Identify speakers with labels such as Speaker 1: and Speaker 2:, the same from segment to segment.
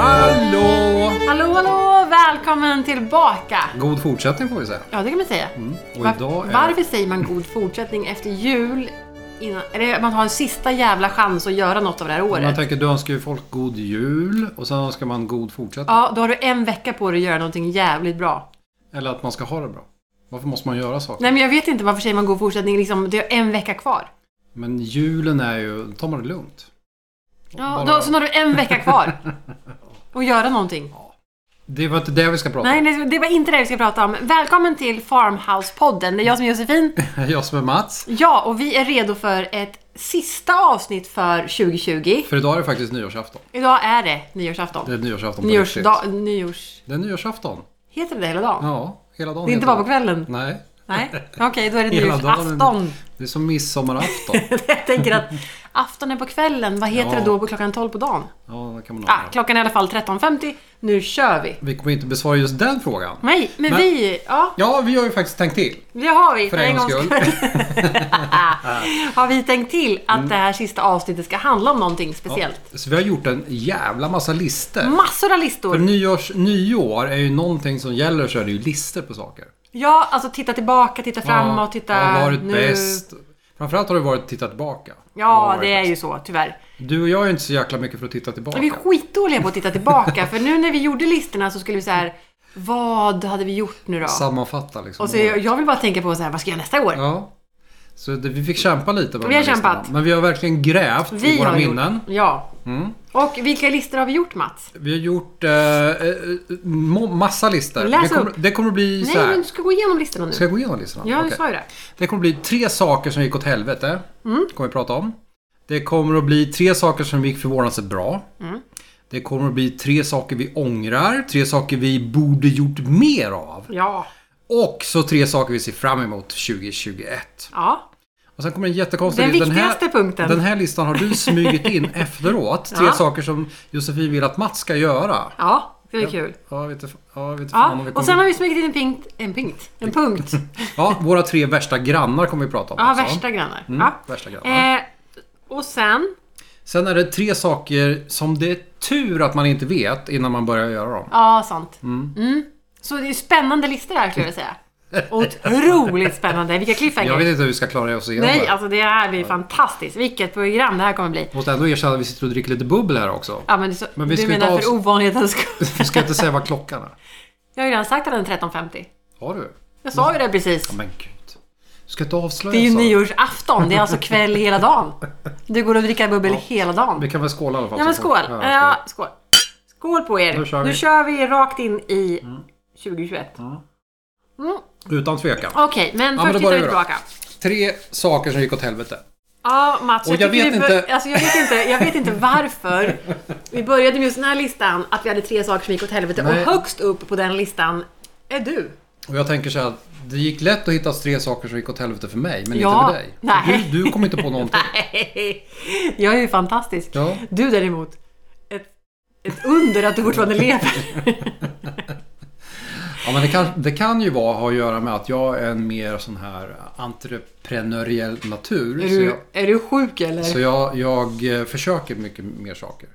Speaker 1: Hallå!
Speaker 2: Hallå, hallå! Välkommen tillbaka!
Speaker 1: God fortsättning får vi säga.
Speaker 2: Ja, det kan man säga.
Speaker 1: Mm, Och
Speaker 2: Var-
Speaker 1: idag är-
Speaker 2: Varför säger man god fortsättning efter jul? Innan, eller man har en sista jävla chans att göra något av det här
Speaker 1: Man
Speaker 2: året.
Speaker 1: tänker, du önskar ju folk god jul och sen önskar man god fortsättning.
Speaker 2: Ja, då har du en vecka på dig att göra någonting jävligt bra.
Speaker 1: Eller att man ska ha det bra. Varför måste man göra saker?
Speaker 2: Nej, men jag vet inte varför säger man god fortsättning liksom, det är en vecka kvar.
Speaker 1: Men julen är ju, då tar man det lugnt.
Speaker 2: Ja,
Speaker 1: Bara-
Speaker 2: då, så har du en vecka kvar att göra någonting.
Speaker 1: Det var inte det vi ska prata om.
Speaker 2: Nej, nej, det var inte det vi ska prata om. Välkommen till Farmhouse-podden. Det är jag som är Josefin.
Speaker 1: Jag som är Mats.
Speaker 2: Ja, och vi är redo för ett sista avsnitt för 2020.
Speaker 1: För idag är det faktiskt nyårsafton.
Speaker 2: Idag är det nyårsafton.
Speaker 1: Det är nyårsafton på
Speaker 2: Nyårsdag,
Speaker 1: riktigt.
Speaker 2: nyårs...
Speaker 1: Det är nyårsafton.
Speaker 2: Heter det det hela dagen?
Speaker 1: Ja, hela dagen.
Speaker 2: det är
Speaker 1: heter
Speaker 2: inte bara på kvällen?
Speaker 1: Nej,
Speaker 2: Nej, okej då är det
Speaker 1: Hela dagen.
Speaker 2: nyårsafton.
Speaker 1: det är som midsommarafton.
Speaker 2: Jag tänker att afton är på kvällen, vad heter
Speaker 1: Ja.
Speaker 2: det då på klockan 12 på dagen?
Speaker 1: Ja, det kan man
Speaker 2: Ah,
Speaker 1: undra.
Speaker 2: klockan är i alla fall 13.50, nu kör vi!
Speaker 1: Vi kommer inte besvara just den frågan.
Speaker 2: Nej, men,
Speaker 1: Men-
Speaker 2: vi, ja,
Speaker 1: Ja, vi har ju faktiskt tänkt till.
Speaker 2: det har vi
Speaker 1: För en gångs skull.
Speaker 2: har vi tänkt till att
Speaker 1: Mm.
Speaker 2: det här sista avsnittet ska handla om någonting speciellt?
Speaker 1: Så vi har gjort en jävla massa lister.
Speaker 2: Massor av listor!
Speaker 1: För nyårs, nyår är ju någonting som gäller så är det ju listor på saker.
Speaker 2: Ja, alltså titta tillbaka, titta framåt, titta
Speaker 1: Vad har varit
Speaker 2: nu.
Speaker 1: bäst? Framförallt har det varit att titta tillbaka. Vad har
Speaker 2: Ja,
Speaker 1: varit
Speaker 2: det är
Speaker 1: bäst?
Speaker 2: ju så, tyvärr.
Speaker 1: Du och jag är inte så jäkla mycket för att titta tillbaka.
Speaker 2: Men vi är skitdåliga på att titta tillbaka, för nu när vi gjorde listorna så skulle vi så här, vad hade vi gjort nu då?
Speaker 1: Sammanfatta liksom.
Speaker 2: Och så jag, jag vill bara tänka på så här, vad ska jag göra nästa år?
Speaker 1: Ja. Så det, vi fick kämpa lite med
Speaker 2: Vi
Speaker 1: de
Speaker 2: har
Speaker 1: här listorna.
Speaker 2: kämpat.
Speaker 1: Men vi har verkligen grävt i våra minnen. Mm.
Speaker 2: Gjort, ja. Och vilka listor har vi gjort Mats?
Speaker 1: Vi har gjort eh, eh, mo- massa listor.
Speaker 2: Läs
Speaker 1: det, kommer,
Speaker 2: upp.
Speaker 1: det kommer bli så
Speaker 2: Nej,
Speaker 1: här.
Speaker 2: men du ska gå igenom listorna nu.
Speaker 1: Ska jag gå igenom listorna?
Speaker 2: Ja, du
Speaker 1: Okej.
Speaker 2: sa ju det.
Speaker 1: Det kommer bli tre saker som gick åt helvete.
Speaker 2: Mm.
Speaker 1: Kommer vi prata om. Det kommer att bli tre saker som gick förvånansvärt bra.
Speaker 2: Mm.
Speaker 1: Det kommer att bli tre saker vi ångrar. Tre saker vi borde gjort mer av.
Speaker 2: Ja.
Speaker 1: Och så tre saker vi ser fram emot 2021.
Speaker 2: Ja.
Speaker 1: Och sen kommer en jättekonstig...
Speaker 2: Den
Speaker 1: lista.
Speaker 2: viktigaste punkten.
Speaker 1: Den här listan har du smugit in efteråt. Tre
Speaker 2: Ja.
Speaker 1: saker som Josefin vill att Mats ska göra.
Speaker 2: Ja, det blir kul.
Speaker 1: Ja, jag vet inte ja, jag vet inte fan om
Speaker 2: Ja.
Speaker 1: vi
Speaker 2: Och
Speaker 1: kommer...
Speaker 2: sen har vi smugit in en punkt. En punkt. En punkt.
Speaker 1: Ja, våra tre värsta grannar kommer vi prata om
Speaker 2: Ja,
Speaker 1: också.
Speaker 2: värsta grannar.
Speaker 1: Mm,
Speaker 2: Ja.
Speaker 1: värsta grannar.
Speaker 2: Eh, och sen,
Speaker 1: Sen är det tre saker som det är tur att man inte vet innan man börjar göra dem.
Speaker 2: ja sant. Mm. Så det är spännande listor här skulle jag vilja säga. Otroligt spännande. Vilka
Speaker 1: Jag vet
Speaker 2: cliffhangers.
Speaker 1: inte hur vi ska klara oss igenom
Speaker 2: Nej,
Speaker 1: det.
Speaker 2: alltså det här blir fantastiskt. Vilket program det här kommer bli.
Speaker 1: Måste ändå erkänna att vi sitter och dricker lite bubbel här också.
Speaker 2: Ja, men, det är så,
Speaker 1: Men vi
Speaker 2: du
Speaker 1: ska inte
Speaker 2: menar
Speaker 1: avs-
Speaker 2: för ovanlighetens skull.
Speaker 1: Vi ska inte säga vad klockan är.
Speaker 2: Jag har ju redan sagt att den är 13.50.
Speaker 1: Har du?
Speaker 2: Jag sa ju det precis.
Speaker 1: Ja, men gud. Du ska inte avslöja
Speaker 2: Det är ju
Speaker 1: så.
Speaker 2: nyårsafton. Det är alltså kväll hela dagen. Du går och dricker bubbel hela dagen.
Speaker 1: Vi kan väl skåla i alla fall.
Speaker 2: Ja men
Speaker 1: så-
Speaker 2: skål!
Speaker 1: Ja,
Speaker 2: Ja, skål. Skål på er!
Speaker 1: Nu kör vi. Mm.
Speaker 2: Nu kör vi rakt in i 2021.
Speaker 1: Utan tvekan.
Speaker 2: Okej, men
Speaker 1: Ja, men
Speaker 2: först
Speaker 1: då
Speaker 2: tittar
Speaker 1: börjar
Speaker 2: vi
Speaker 1: vi då.
Speaker 2: tillbaka.
Speaker 1: Tre saker som gick åt helvete.
Speaker 2: Ja, Mats.
Speaker 1: Och jag
Speaker 2: tycker
Speaker 1: vet
Speaker 2: vi bör-
Speaker 1: inte-
Speaker 2: Alltså, jag, vet inte, jag vet inte varför vi började med just den här listan, att vi hade tre saker som gick åt helvete.
Speaker 1: Nej.
Speaker 2: Och högst upp på den listan är du.
Speaker 1: Och jag tänker så här att det gick lätt att hitta tre saker som gick åt helvete för mig, men
Speaker 2: Ja,
Speaker 1: inte för dig.
Speaker 2: nej.
Speaker 1: Du, du kom inte på någonting.
Speaker 2: Nej, jag är ju fantastisk.
Speaker 1: Ja.
Speaker 2: Du däremot, ett, ett under att du fortfarande lever.
Speaker 1: Ja, men det, kan, det kan ju vara, ha att göra med att jag är en mer sån här entreprenöriell natur.
Speaker 2: Är
Speaker 1: Så, jag,
Speaker 2: du, är du sjuk eller?
Speaker 1: så jag, jag eh, försöker mycket mer saker.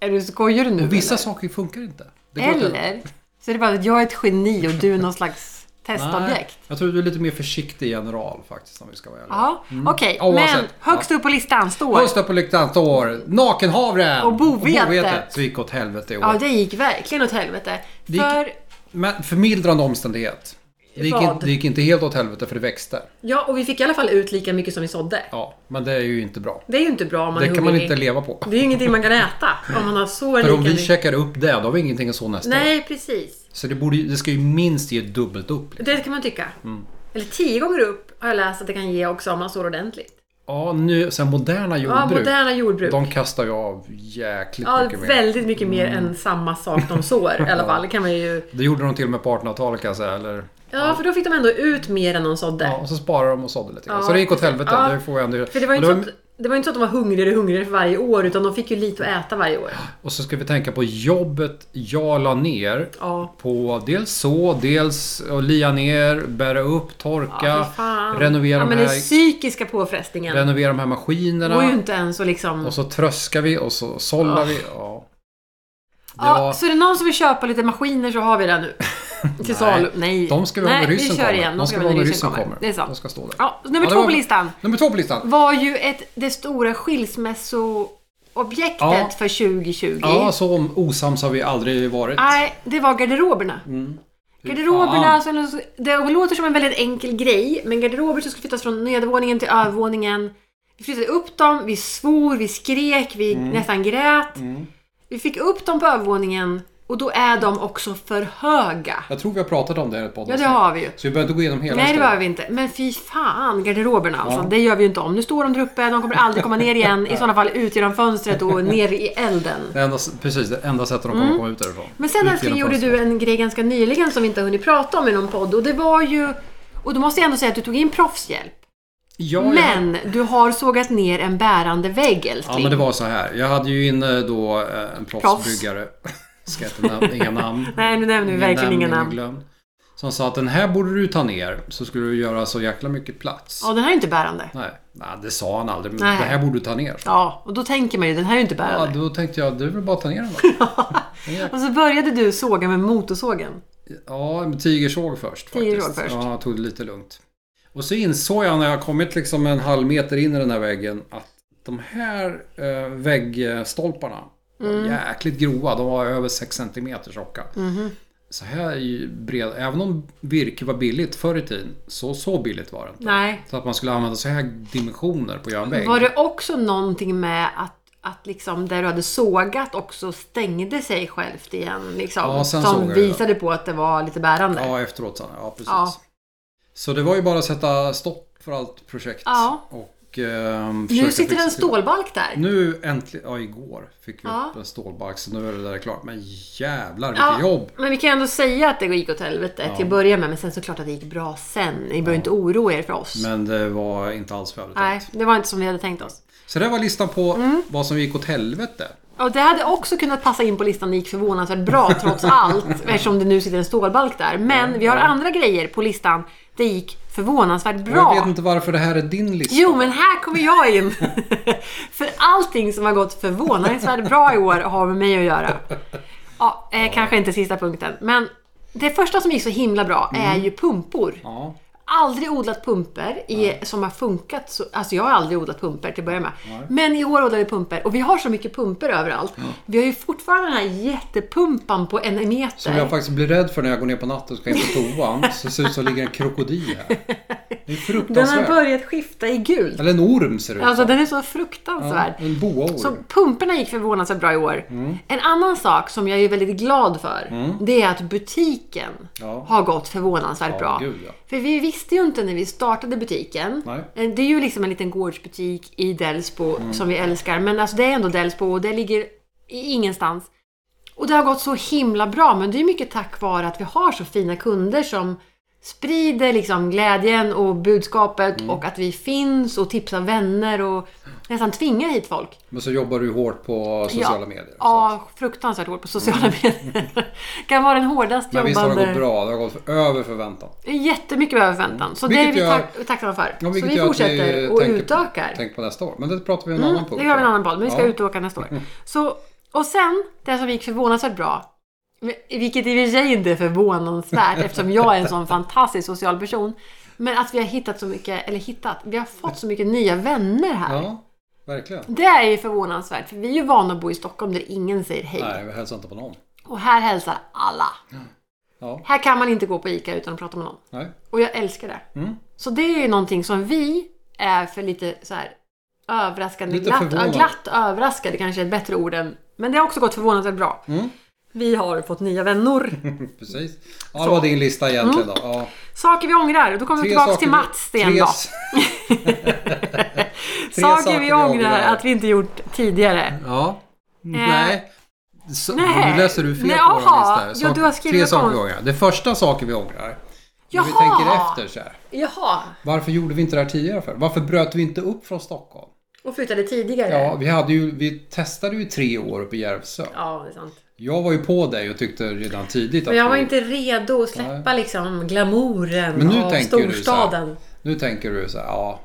Speaker 2: Är du skojar du nu?
Speaker 1: Och vissa saker funkar inte. Det går
Speaker 2: eller?
Speaker 1: inte-
Speaker 2: eller? Så är det bara att jag är ett geni och du är någon slags
Speaker 1: Nej,
Speaker 2: testobjekt?
Speaker 1: jag tror du är lite mer försiktig general faktiskt om vi ska vara ärliga.
Speaker 2: Ja, okej.
Speaker 1: Mm. Oavsett.
Speaker 2: Men högst upp på listan står...
Speaker 1: Höst upp på lyktans år, nakenhavren
Speaker 2: Och bovetet.
Speaker 1: Så gick åt helvete i år.
Speaker 2: Ja, det gick verkligen åt helvete.
Speaker 1: gick-
Speaker 2: För...
Speaker 1: Men förmildrande omständighet. Det gick,
Speaker 2: Vad?
Speaker 1: inte, det gick inte helt åt helvete för det växte.
Speaker 2: Ja, och vi fick i alla fall ut lika mycket som vi sådde.
Speaker 1: Ja, men det är ju inte bra.
Speaker 2: Det är ju inte bra om man
Speaker 1: Det
Speaker 2: är
Speaker 1: kan man
Speaker 2: hungrig.
Speaker 1: inte leva på.
Speaker 2: Det är ju ingenting man kan äta om man har så lika
Speaker 1: För om vi
Speaker 2: mycket.
Speaker 1: checkar upp det, då har vi ingenting att så nästa år.
Speaker 2: Nej, precis.
Speaker 1: Så det, borde, ju- det ska ju minst ge dubbelt upp.
Speaker 2: Det kan man tycka. Eller tio gånger upp har jag läst att det kan ge också om man sår ordentligt.
Speaker 1: Ja, nu, sen moderna
Speaker 2: Ja,
Speaker 1: jordbruk.
Speaker 2: moderna jordbruk.
Speaker 1: De kastar ju av jäkligt
Speaker 2: Ja,
Speaker 1: mycket mer.
Speaker 2: väldigt mycket mer
Speaker 1: Mm.
Speaker 2: än samma sak de sår i alla fall. Det kan man ju...
Speaker 1: Det gjorde de till och med på 1800-talet kan jag säga. Eller,
Speaker 2: Ja, för då fick de ändå ut mer än de sådde.
Speaker 1: ja, och så sparade de och sådde lite grann.
Speaker 2: Ja,
Speaker 1: så det gick åt helvete.
Speaker 2: ja.
Speaker 1: Det får jag ändå...
Speaker 2: För det var ju
Speaker 1: och
Speaker 2: inte så att Det var ju inte så att de var hungrigare och hungrigare för varje år utan de fick ju lite att äta varje år.
Speaker 1: Och så ska vi tänka på jobbet jag la ner.
Speaker 2: Ja.
Speaker 1: På dels så, dels att lia ner, bära upp,
Speaker 2: Ja,
Speaker 1: torka,
Speaker 2: fy fan.
Speaker 1: renovera,
Speaker 2: ja, men
Speaker 1: de
Speaker 2: den
Speaker 1: här,
Speaker 2: psykiska påfrestningen. Det
Speaker 1: renovera de här maskinerna.
Speaker 2: går ju inte ens att liksom...
Speaker 1: Och så tröskar vi och så sållar
Speaker 2: Ah.
Speaker 1: vi. Ja. Det
Speaker 2: ja,
Speaker 1: var-
Speaker 2: Så är det någon som vill köpa lite maskiner så har vi det nu. Till salu. Nej.
Speaker 1: De ska vi ha
Speaker 2: Nej,
Speaker 1: när ryssen
Speaker 2: vi kör
Speaker 1: kommer.
Speaker 2: igen.
Speaker 1: De ska vi ha när ryssen kommer.
Speaker 2: Det är sant.
Speaker 1: De ska stå där.
Speaker 2: Ja, nummer
Speaker 1: Ja, det
Speaker 2: två
Speaker 1: var-
Speaker 2: på listan
Speaker 1: Nummer två på listan.
Speaker 2: var ju ett, det stora skilsmässoobjektet
Speaker 1: Ja.
Speaker 2: för 2020.
Speaker 1: Ja, så om- osams har vi aldrig varit.
Speaker 2: Nej, det var garderoberna. Garderoberna,
Speaker 1: Fan.
Speaker 2: alltså, det låter som en väldigt enkel grej, men garderober som skulle flyttas från nedervåningen till övervåningen. Vi flyttade upp dem, vi svor, vi skrek, vi nästan grät. Vi fick upp dem på övervåningen och då är de också för höga.
Speaker 1: Jag tror vi har pratat om det här i ett podd.
Speaker 2: Ja, det har vi ju.
Speaker 1: Så vi behöver inte gå igenom hela
Speaker 2: Nej, det
Speaker 1: historien.
Speaker 2: behöver vi inte. Men fy fan, garderoberna alltså. Det gör vi ju inte om. Nu står de där uppe, de kommer aldrig komma ner igen. I sådana fall ut genom fönstret och ner i elden.
Speaker 1: Det enda, precis, det enda sättet de kommer komma ut därifrån.
Speaker 2: Mm. Men sen
Speaker 1: Ut
Speaker 2: älskling
Speaker 1: genom
Speaker 2: gjorde
Speaker 1: fönstret.
Speaker 2: du en grej ganska nyligen som vi inte har hunnit prata om i någon podd och det var ju och då måste jag ändå säga att du tog in proffshjälp.
Speaker 1: Ja, ja.
Speaker 2: Men du har sågat ner en bärande vägg
Speaker 1: Ja,
Speaker 2: älskling.
Speaker 1: men det var så här. Jag hade ju inne då eh, en proffsbyggare. Ska jag inte nämna inga namn.
Speaker 2: Nej, nu nämner vi verkligen inga namn.
Speaker 1: glöm. Som sa att den här borde du ta ner. Så skulle du göra så jäkla mycket plats.
Speaker 2: Ja, den här är inte bärande.
Speaker 1: Nej, nej, det sa han aldrig. Men
Speaker 2: Nej.
Speaker 1: det här borde du ta ner.
Speaker 2: Ja, och då tänker man ju den här är ju inte
Speaker 1: Ja,
Speaker 2: bärande.
Speaker 1: då tänkte jag, det är väl bara att ta ner den då.
Speaker 2: Och så började du såga med motorsågen.
Speaker 1: Ja, men tigersåg först. Faktiskt.
Speaker 2: Tigersåg först.
Speaker 1: Ja, jag tog det lite lugnt. Och så insåg jag när jag kommit liksom en halv meter in i den här väggen att de här eh, väggstolparna var
Speaker 2: Mm.
Speaker 1: jäkligt grova. De var över 6 cm tjocka.
Speaker 2: Mhm.
Speaker 1: Så här är ju bred. Även om virke var billigt förr i tiden, så, så billigt var det inte.
Speaker 2: Nej.
Speaker 1: Så att man skulle använda så här dimensioner på att göra en vägg.
Speaker 2: Var det också någonting med att att liksom där du hade sågat också stängde sig självt igen. Liksom,
Speaker 1: Ja, sen såg jag
Speaker 2: som
Speaker 1: det.
Speaker 2: visade på att det var lite bärande.
Speaker 1: Ja, efteråt sen. Ja, precis.
Speaker 2: Ja.
Speaker 1: Så det var ju bara att sätta stopp för allt projekt.
Speaker 2: Ja.
Speaker 1: Och, ehm,
Speaker 2: nu
Speaker 1: försöka
Speaker 2: sitter det
Speaker 1: fixa
Speaker 2: en
Speaker 1: till-
Speaker 2: stålbalk där.
Speaker 1: Nu äntligen, ja igår fick vi
Speaker 2: Ja.
Speaker 1: upp en stålbalk så nu är det där klart. Men jävlar vilket
Speaker 2: Ja,
Speaker 1: jobb!
Speaker 2: Men vi kan ändå säga att det gick åt helvete till att börja med. Men sen såklart att det gick bra sen. Ni behöver inte oroa er för oss.
Speaker 1: Men det var inte alls vad jag hade
Speaker 2: Nej, Mm.
Speaker 1: tänkt.
Speaker 2: det var inte som vi hade tänkt oss.
Speaker 1: Så det var listan på vad som gick åt helvete.
Speaker 2: Och det hade också kunnat passa in på listan. Det gick förvånansvärt bra trots allt. eftersom det nu sitter en stålbalk där. Men vi har andra grejer på listan. Det gick förvånansvärt
Speaker 1: Och Jag vet
Speaker 2: bra.
Speaker 1: inte varför det här är din lista.
Speaker 2: Jo, men här kommer jag in. för allting som har gått förvånansvärt bra i år har med mig att göra. Ja, eh, kanske inte sista punkten. Men det första som gick så himla bra är
Speaker 1: Mm.
Speaker 2: ju pumpor.
Speaker 1: Ja,
Speaker 2: aldrig odlat pumper i, som har funkat. Så, alltså jag har aldrig odlat pumper till att börja med. Men i år odlar vi pumper och vi har så mycket pumper överallt. Vi har ju fortfarande den här jättepumpan på en
Speaker 1: som jag
Speaker 2: meter.
Speaker 1: faktiskt blir rädd för när jag går ner på natten och ska in på toan. så ser det ut som det ligger en krokodil här. Det är
Speaker 2: Den har
Speaker 1: fruktansvärt.
Speaker 2: börjat skifta i gult.
Speaker 1: Eller en orm ser det ut
Speaker 2: Alltså
Speaker 1: som.
Speaker 2: den är så
Speaker 1: ja, Mm.
Speaker 2: fruktansvärd.
Speaker 1: En boaorm.
Speaker 2: Så pumporna gick förvånansvärt bra i år. En annan sak som jag är väldigt glad för,
Speaker 1: Mm.
Speaker 2: det är att butiken
Speaker 1: Ja.
Speaker 2: har gått förvånansvärt
Speaker 1: Ja,
Speaker 2: bra.
Speaker 1: gud, ja.
Speaker 2: För vi visste ju inte när vi startade butiken.
Speaker 1: Nej. Mm.
Speaker 2: Eh, Det är ju liksom en liten gårdsbutik i Delsbo som vi älskar. Men alltså det är ändå Delsbo och det ligger i ingenstans. Och det har gått så himla bra, men det är mycket tack vare att vi har så fina kunder som sprider liksom glädjen och budskapet
Speaker 1: Mm.
Speaker 2: och att vi finns och tipsar vänner och nästan tvingar hit folk.
Speaker 1: Men så jobbar du hårt på sociala
Speaker 2: ja.
Speaker 1: medier. Så. Mm.
Speaker 2: Ja, fruktansvärt hårt på sociala medier. kan vara den hårdast
Speaker 1: Men visst har det gått
Speaker 2: jobbande.
Speaker 1: bra. Det har gått för- över förväntan.
Speaker 2: Jättemycket över förväntan. Så det är
Speaker 1: Vilket
Speaker 2: vi
Speaker 1: gör-
Speaker 2: tack, tacksamma för.
Speaker 1: Ja,
Speaker 2: så
Speaker 1: vilket
Speaker 2: vi
Speaker 1: gör att
Speaker 2: fortsätter och
Speaker 1: tänker-
Speaker 2: utökar. Mm,
Speaker 1: Tänk på nästa år. Men det pratar vi om en annan punkt.
Speaker 2: Det gör vi en annan podd, men vi ska
Speaker 1: Ja. Mm.
Speaker 2: utöka nästa år. Så, och sen, det som gick förvånansvärt bra, men- vilket i och för sig inte är förvånansvärt eftersom jag är en sån fantastisk social person, men att vi har hittat så mycket, eller hittat, vi har fått så mycket nya vänner här.
Speaker 1: Ja, verkligen.
Speaker 2: Det är ju förvånansvärt, för vi är ju vana att bo i Stockholm där ingen säger hej.
Speaker 1: Nej, vi hälsar inte på någon.
Speaker 2: Och här hälsar alla.
Speaker 1: Ja,
Speaker 2: Här kan man inte gå på ICA utan att prata med någon.
Speaker 1: nej.
Speaker 2: Och jag älskar det.
Speaker 1: Mm.
Speaker 2: Så det är ju någonting som vi är för lite så här överraskande,
Speaker 1: Lite
Speaker 2: glatt,
Speaker 1: förvånad.
Speaker 2: glatt överraskade kanske är ett bättre ord än, men det har också gått förvånansvärt bra.
Speaker 1: Mm.
Speaker 2: Vi har fått nya vänner.
Speaker 1: Precis. Ja, det var din lista egentligen då. Ja.
Speaker 2: Saker vi ångrar, och då kommer vi Mm. tillbaka till
Speaker 1: vi-
Speaker 2: Mats igen
Speaker 1: tre
Speaker 2: då.
Speaker 1: s- tre
Speaker 2: saker, vi ångrar att vi inte gjort tidigare.
Speaker 1: Ja. Nej. Så,
Speaker 2: Eh, nej.
Speaker 1: Nu läser du fel
Speaker 2: Nej,
Speaker 1: på vår
Speaker 2: jaha.
Speaker 1: lista. här.
Speaker 2: Ja, du har skrivit
Speaker 1: tre saker
Speaker 2: om-
Speaker 1: vi ångrar. Det första saken vi ångrar. När vi
Speaker 2: Jaha.
Speaker 1: tänker efter så här.
Speaker 2: Jaha.
Speaker 1: Varför gjorde vi inte det här tidigare för? Varför bröt vi inte upp från Stockholm?
Speaker 2: Och flyttade tidigare.
Speaker 1: Ja, vi, hade ju, vi testade ju tre år uppe i Järvsö.
Speaker 2: Ja, det är sant.
Speaker 1: Jag var ju på dig och tyckte redan tidigt att
Speaker 2: Men jag var
Speaker 1: du-
Speaker 2: inte redo att släppa liksom glamouren
Speaker 1: Men nu
Speaker 2: av
Speaker 1: tänker du så
Speaker 2: storstaden.
Speaker 1: här, Nu tänker du så här, ja,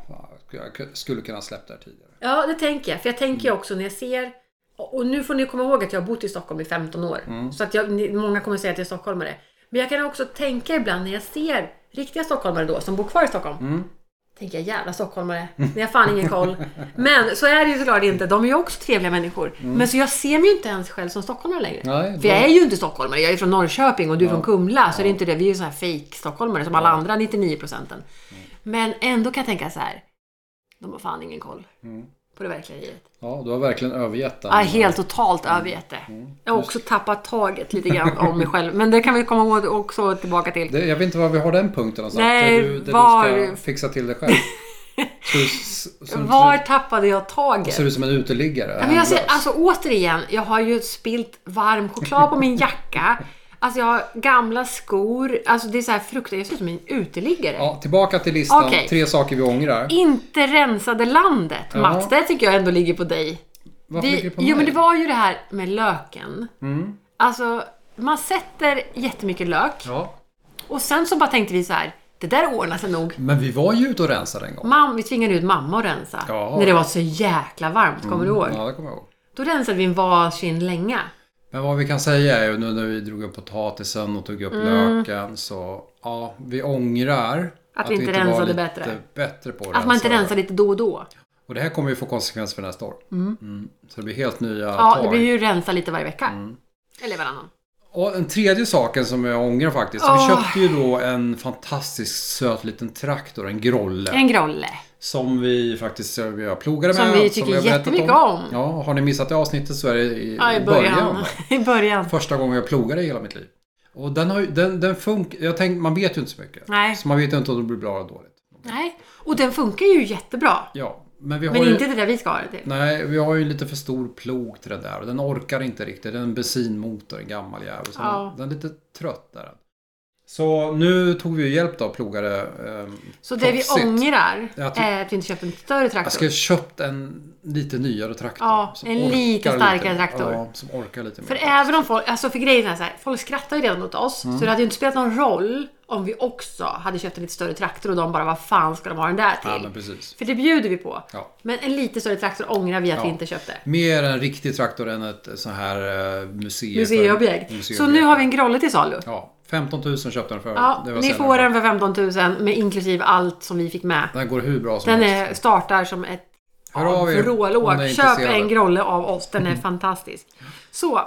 Speaker 1: jag skulle kunna släppt det här tidigare.
Speaker 2: Ja, det tänker jag. För jag tänker ju också när jag ser... Och och nu får ni komma ihåg att jag har bott i Stockholm i 15 år. Så att jag, ni- många kommer säga att jag är stockholmare. Men jag kan också tänka ibland när jag ser riktiga stockholmare då, som bor kvar i Stockholm. Tänker jag, jävla stockholmare. Ni har fan ingen koll. Men så är det ju såklart inte. De är ju också trevliga människor. Men så jag ser mig ju inte ens själv som stockholmare längre.
Speaker 1: Nej,
Speaker 2: För jag
Speaker 1: då-
Speaker 2: är ju inte stockholmare. Jag är från Norrköping och du är från
Speaker 1: Ja.
Speaker 2: Kumla. Så det är inte det. Vi är ju såna här fake stockholmare som alla andra 99 procenten.
Speaker 1: Mm.
Speaker 2: Men ändå kan jag tänka så här. De har fan ingen koll på det verkliga livet.
Speaker 1: Mm. Ja, Mm. du har verkligen övergett den.
Speaker 2: Ja, helt totalt övergett det. Jag har också tappat taget lite grann om mig själv. Men det kan vi komma ihåg också tillbaka till.
Speaker 1: Det, jag vet inte var vi har den punkten någonstans.
Speaker 2: Nej,
Speaker 1: där du, där du
Speaker 2: var-
Speaker 1: ska fixa till det själv. Så, du- så, så, Alltså,
Speaker 2: Var
Speaker 1: var...
Speaker 2: tappade jag taget?
Speaker 1: ser ut som en uteliggare.
Speaker 2: Ja, Men jag ser,
Speaker 1: hemlös.
Speaker 2: alltså återigen, jag har ju spilt varm choklad på min jacka. Alltså jag har gamla skor. Alltså det är så här fruktansvärt. Jag ser ut som en uteliggare.
Speaker 1: ja, tillbaka till listan.
Speaker 2: Okej.
Speaker 1: Tre saker vi ångrar.
Speaker 2: Inte rensade landet, Mats. Det tycker jag ändå ligger på dig.
Speaker 1: Varför
Speaker 2: Det-
Speaker 1: ligger det på
Speaker 2: jo,
Speaker 1: mig? Mm.
Speaker 2: men det var ju det här med löken. Alltså, man sätter jättemycket lök
Speaker 1: Ja.
Speaker 2: och sen så bara tänkte vi så här, det där ordnar sig nog.
Speaker 1: Men vi var ju ute och rensade en gång.
Speaker 2: Mam, vi tvingade ut mamma att rensa.
Speaker 1: Ja. Mm,
Speaker 2: När det var så jäkla varmt, kommer du ihåg?
Speaker 1: Ja, det kommer jag ihåg.
Speaker 2: Då rensade vi en varsin länga.
Speaker 1: Men vad vi kan säga är ju nu när vi drog upp potatisen och tog upp
Speaker 2: Mm.
Speaker 1: löken så ja, vi ångrar
Speaker 2: Att vi inte
Speaker 1: var
Speaker 2: rensade
Speaker 1: lite
Speaker 2: bättre.
Speaker 1: bättre på
Speaker 2: Att man inte
Speaker 1: rensa.
Speaker 2: rensar lite då och då.
Speaker 1: Och det här kommer ju få konsekvenser för nästa år. Mm. Så det blir helt nya
Speaker 2: Ja,
Speaker 1: tag.
Speaker 2: det blir ju rensa lite varje vecka.
Speaker 1: Mm.
Speaker 2: Eller varannan.
Speaker 1: Och den tredje saken som jag ångrar faktiskt.
Speaker 2: Åh.
Speaker 1: Vi köpte ju då en fantastisk söt liten traktor, en Grolle.
Speaker 2: En grolle.
Speaker 1: Som vi faktiskt eh, vi har plogade
Speaker 2: Som
Speaker 1: med.
Speaker 2: vi tycker
Speaker 1: har berättat
Speaker 2: jättemycket om.
Speaker 1: Ja, har ni missat det avsnittet så är det i,
Speaker 2: Ja, i början. I början.
Speaker 1: Första gången jag plogade i hela mitt liv. Och den, har, ju- den, den funkar, jag tänkte, man vet ju inte så mycket.
Speaker 2: Nej.
Speaker 1: Så man vet ju inte om det blir bra eller dåligt.
Speaker 2: Nej. Och den funkar ju jättebra.
Speaker 1: Ja, men vi har
Speaker 2: Men
Speaker 1: ju...
Speaker 2: inte det där vi ska ha det till.
Speaker 1: Nej, vi har ju lite för stor plog till det där och den orkar inte riktigt. Det är en bensinmotor, en gammal jävel. Så
Speaker 2: Ja.
Speaker 1: den, den är lite trött där. Så nu tog vi ju hjälp då av plogare. ehm,
Speaker 2: Så det vi
Speaker 1: proffsigt. typ. Alltså,
Speaker 2: ångrar
Speaker 1: Jag tror-
Speaker 2: är att vi inte köpte en större traktor.
Speaker 1: Jag ska ha köpt en lite nyare traktor.
Speaker 2: Ja,
Speaker 1: som
Speaker 2: en
Speaker 1: orkar
Speaker 2: lite starkare traktor.
Speaker 1: Ja, som orkar lite mer.
Speaker 2: För även om folk, alltså för grejen är så här, folk skrattar ju redan åt oss.
Speaker 1: Mm.
Speaker 2: Så det hade ju inte spelat någon roll om vi också hade köpt en lite större traktor och de bara, vad fan ska de ha den där till?
Speaker 1: Ja, men precis.
Speaker 2: För det bjuder vi på.
Speaker 1: Ja.
Speaker 2: Men en lite större traktor ångrar vi att vi
Speaker 1: Ja.
Speaker 2: inte köpte.
Speaker 1: Mer en riktig traktor än ett sån här eh, museum.
Speaker 2: Museiobjekt. Så nu har vi en Grolle till salu. Ja,
Speaker 1: Ja, 15 000 köpte den för. det var
Speaker 2: ni
Speaker 1: sällan.
Speaker 2: får den för 15 000 med inklusive allt som vi fick med.
Speaker 1: Den går hur bra som
Speaker 2: Den
Speaker 1: helst.
Speaker 2: är, startar som ett
Speaker 1: Hör av er om ni
Speaker 2: vrålåk.
Speaker 1: är
Speaker 2: Köp
Speaker 1: intresserade.
Speaker 2: en Grolle av oss, den är fantastisk. Så,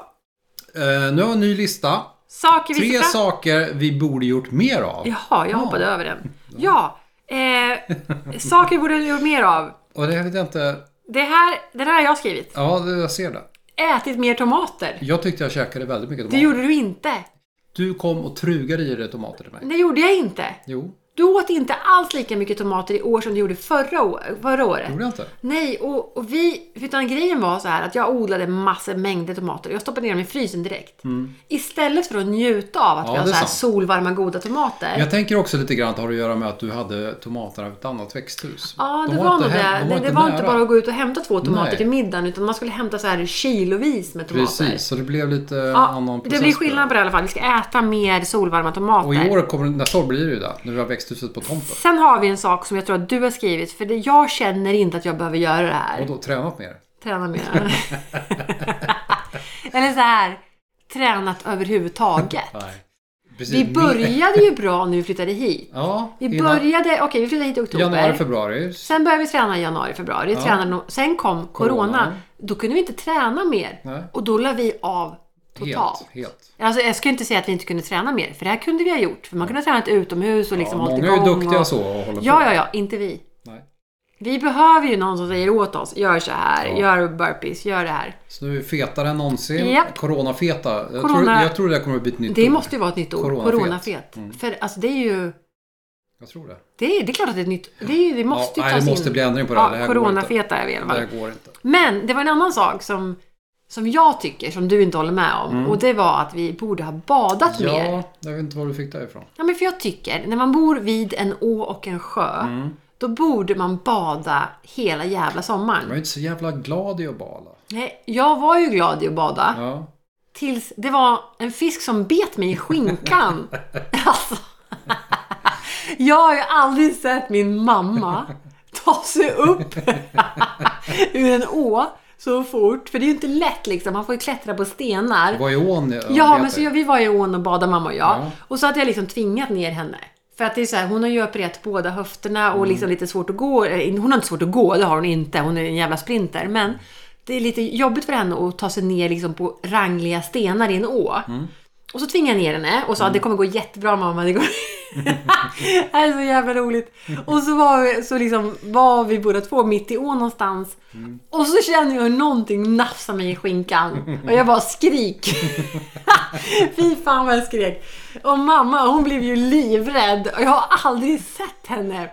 Speaker 1: Eh, nu har vi en ny lista.
Speaker 2: saker vi
Speaker 1: Tre
Speaker 2: ska-
Speaker 1: saker vi borde gjort mer av.
Speaker 2: Jaha, jag hoppade över den. Ja, eh, saker borde du gjort mer av.
Speaker 1: Och det här vet jag inte...
Speaker 2: Det här, den här har jag skrivit.
Speaker 1: Ja, det- jag ser det.
Speaker 2: Ätit mer tomater.
Speaker 1: Jag tyckte jag käkade väldigt mycket
Speaker 2: Det
Speaker 1: tomater.
Speaker 2: gjorde du inte.
Speaker 1: Du kom och trugade i dig tomater till mig.
Speaker 2: Det gjorde jag inte.
Speaker 1: Jo,
Speaker 2: Du åt inte alls lika mycket tomater i år som du gjorde förra, år, förra året.
Speaker 1: gjorde jag inte?
Speaker 2: Nej, och, och vi... Utan grejen var så här att jag odlade massor, mängder tomater. Jag stoppade ner dem i frysen direkt. Istället för att njuta av att
Speaker 1: Mm. Ja,
Speaker 2: vi har
Speaker 1: det
Speaker 2: så
Speaker 1: är
Speaker 2: här
Speaker 1: sant.
Speaker 2: solvarma, goda tomater.
Speaker 1: Jag tänker också lite grann att det har att göra med att du hade tomaterna av ett annat växthus.
Speaker 2: Ja,
Speaker 1: De
Speaker 2: det var
Speaker 1: inte
Speaker 2: nog
Speaker 1: hem-
Speaker 2: det.
Speaker 1: de
Speaker 2: det, det var inte
Speaker 1: nära.
Speaker 2: bara att gå ut och hämta två tomater
Speaker 1: Nej.
Speaker 2: till middagen, utan man skulle hämta så här kilovis med tomater.
Speaker 1: Precis, så det blev lite
Speaker 2: Ja,
Speaker 1: annan process.
Speaker 2: det blir skillnad på det i alla fall. Vi ska äta mer solvarma tomater.
Speaker 1: Och i år kommer nästa år blir det ju det. När vi har växthuset på tomten.
Speaker 2: Sen har vi en sak som jag tror att du har skrivit, för det, jag känner inte att jag behöver göra det här.
Speaker 1: Och då tränat mer.
Speaker 2: Träna mer. Eller så här, tränat överhuvudtaget.
Speaker 1: Nej. Precis.
Speaker 2: Vi började ju bra när vi flyttade hit.
Speaker 1: Ja,
Speaker 2: Vi
Speaker 1: innan-
Speaker 2: började, okej vi flyttade hit i oktober.
Speaker 1: Januari, februari.
Speaker 2: Sen började vi träna i januari, februari. Tränade nog- sen kom corona.
Speaker 1: Corona.
Speaker 2: Då kunde vi inte träna mer.
Speaker 1: Nej.
Speaker 2: Och då la vi av totalt.
Speaker 1: Helt, helt.
Speaker 2: Alltså, jag ska inte säga att vi inte kunde träna mer, för det här kunde vi ha gjort. För man kunde ha tränat utomhus och liksom
Speaker 1: ja,
Speaker 2: hållit
Speaker 1: många är ju
Speaker 2: igång
Speaker 1: duktiga
Speaker 2: och...
Speaker 1: så och håller
Speaker 2: Ja,
Speaker 1: på.
Speaker 2: ja, ja. Inte vi.
Speaker 1: Nej.
Speaker 2: Vi behöver ju någon som säger åt oss, gör så här,
Speaker 1: Ja.
Speaker 2: gör burpees, gör det här.
Speaker 1: Så nu är vi fetare än någonsin.
Speaker 2: Japp.
Speaker 1: Coronafeta. Jag, tror,
Speaker 2: Corona-
Speaker 1: jag tror det kommer att bli ett nytt
Speaker 2: Det
Speaker 1: ord.
Speaker 2: måste ju vara ett nytt ord.
Speaker 1: Coronafet. Mm.
Speaker 2: Coronafet. För alltså det är ju...
Speaker 1: Jag tror det.
Speaker 2: Det är, det är klart att det är ett nytt... Det, är ju, det måste
Speaker 1: Ja,
Speaker 2: ju
Speaker 1: nej, det
Speaker 2: tas
Speaker 1: måste
Speaker 2: in.
Speaker 1: bli ändring på det här. Det
Speaker 2: Ja,
Speaker 1: här går inte.
Speaker 2: coronafeta är vi i alla
Speaker 1: Det
Speaker 2: fall.
Speaker 1: här går inte.
Speaker 2: Men det var en annan sak som, som jag tycker, som du inte håller med om. Och det var att vi borde ha badat mer.
Speaker 1: Ja, jag vet inte var du fick det ifrån.
Speaker 2: Ja, men för jag tycker, när man bor vid en å och en sjö, Då borde man bada hela jävla sommaren.
Speaker 1: Jag var inte så jävla glad i att bada.
Speaker 2: Nej, jag var ju glad i att bada.
Speaker 1: Ja.
Speaker 2: Tills det var en fisk som bet mig i skinkan. alltså. Jag har ju aldrig sett min mamma ta sig upp ur en å så fort. För det är ju inte lätt liksom. Man får ju klättra på stenar.
Speaker 1: Vad är ån?
Speaker 2: Ja, men så jag, vi var i ån och badade mamma och jag.
Speaker 1: Ja.
Speaker 2: Och så hade jag liksom tvingat ner henne. För att det är så här, hon har ju opererat båda höfterna och liksom lite svårt att gå. Eller, Hon har inte svårt att gå, det har hon inte. Hon är en jävla sprinter. Men det är lite jobbigt för henne att ta sig ner liksom på rangliga stenar i en å. Och så tvingade jag ner henne och sa det kommer gå jättebra mamma. Det, går... det här är så jävla roligt. Och så var, vi- så liksom, var vi båda två mitt i ån någonstans. Och så känner jag hur någonting nafsar mig i skinkan. Och jag bara skrik. Fy fan vad jag skrek. Och mamma hon blev ju livrädd. Och jag har aldrig sett henne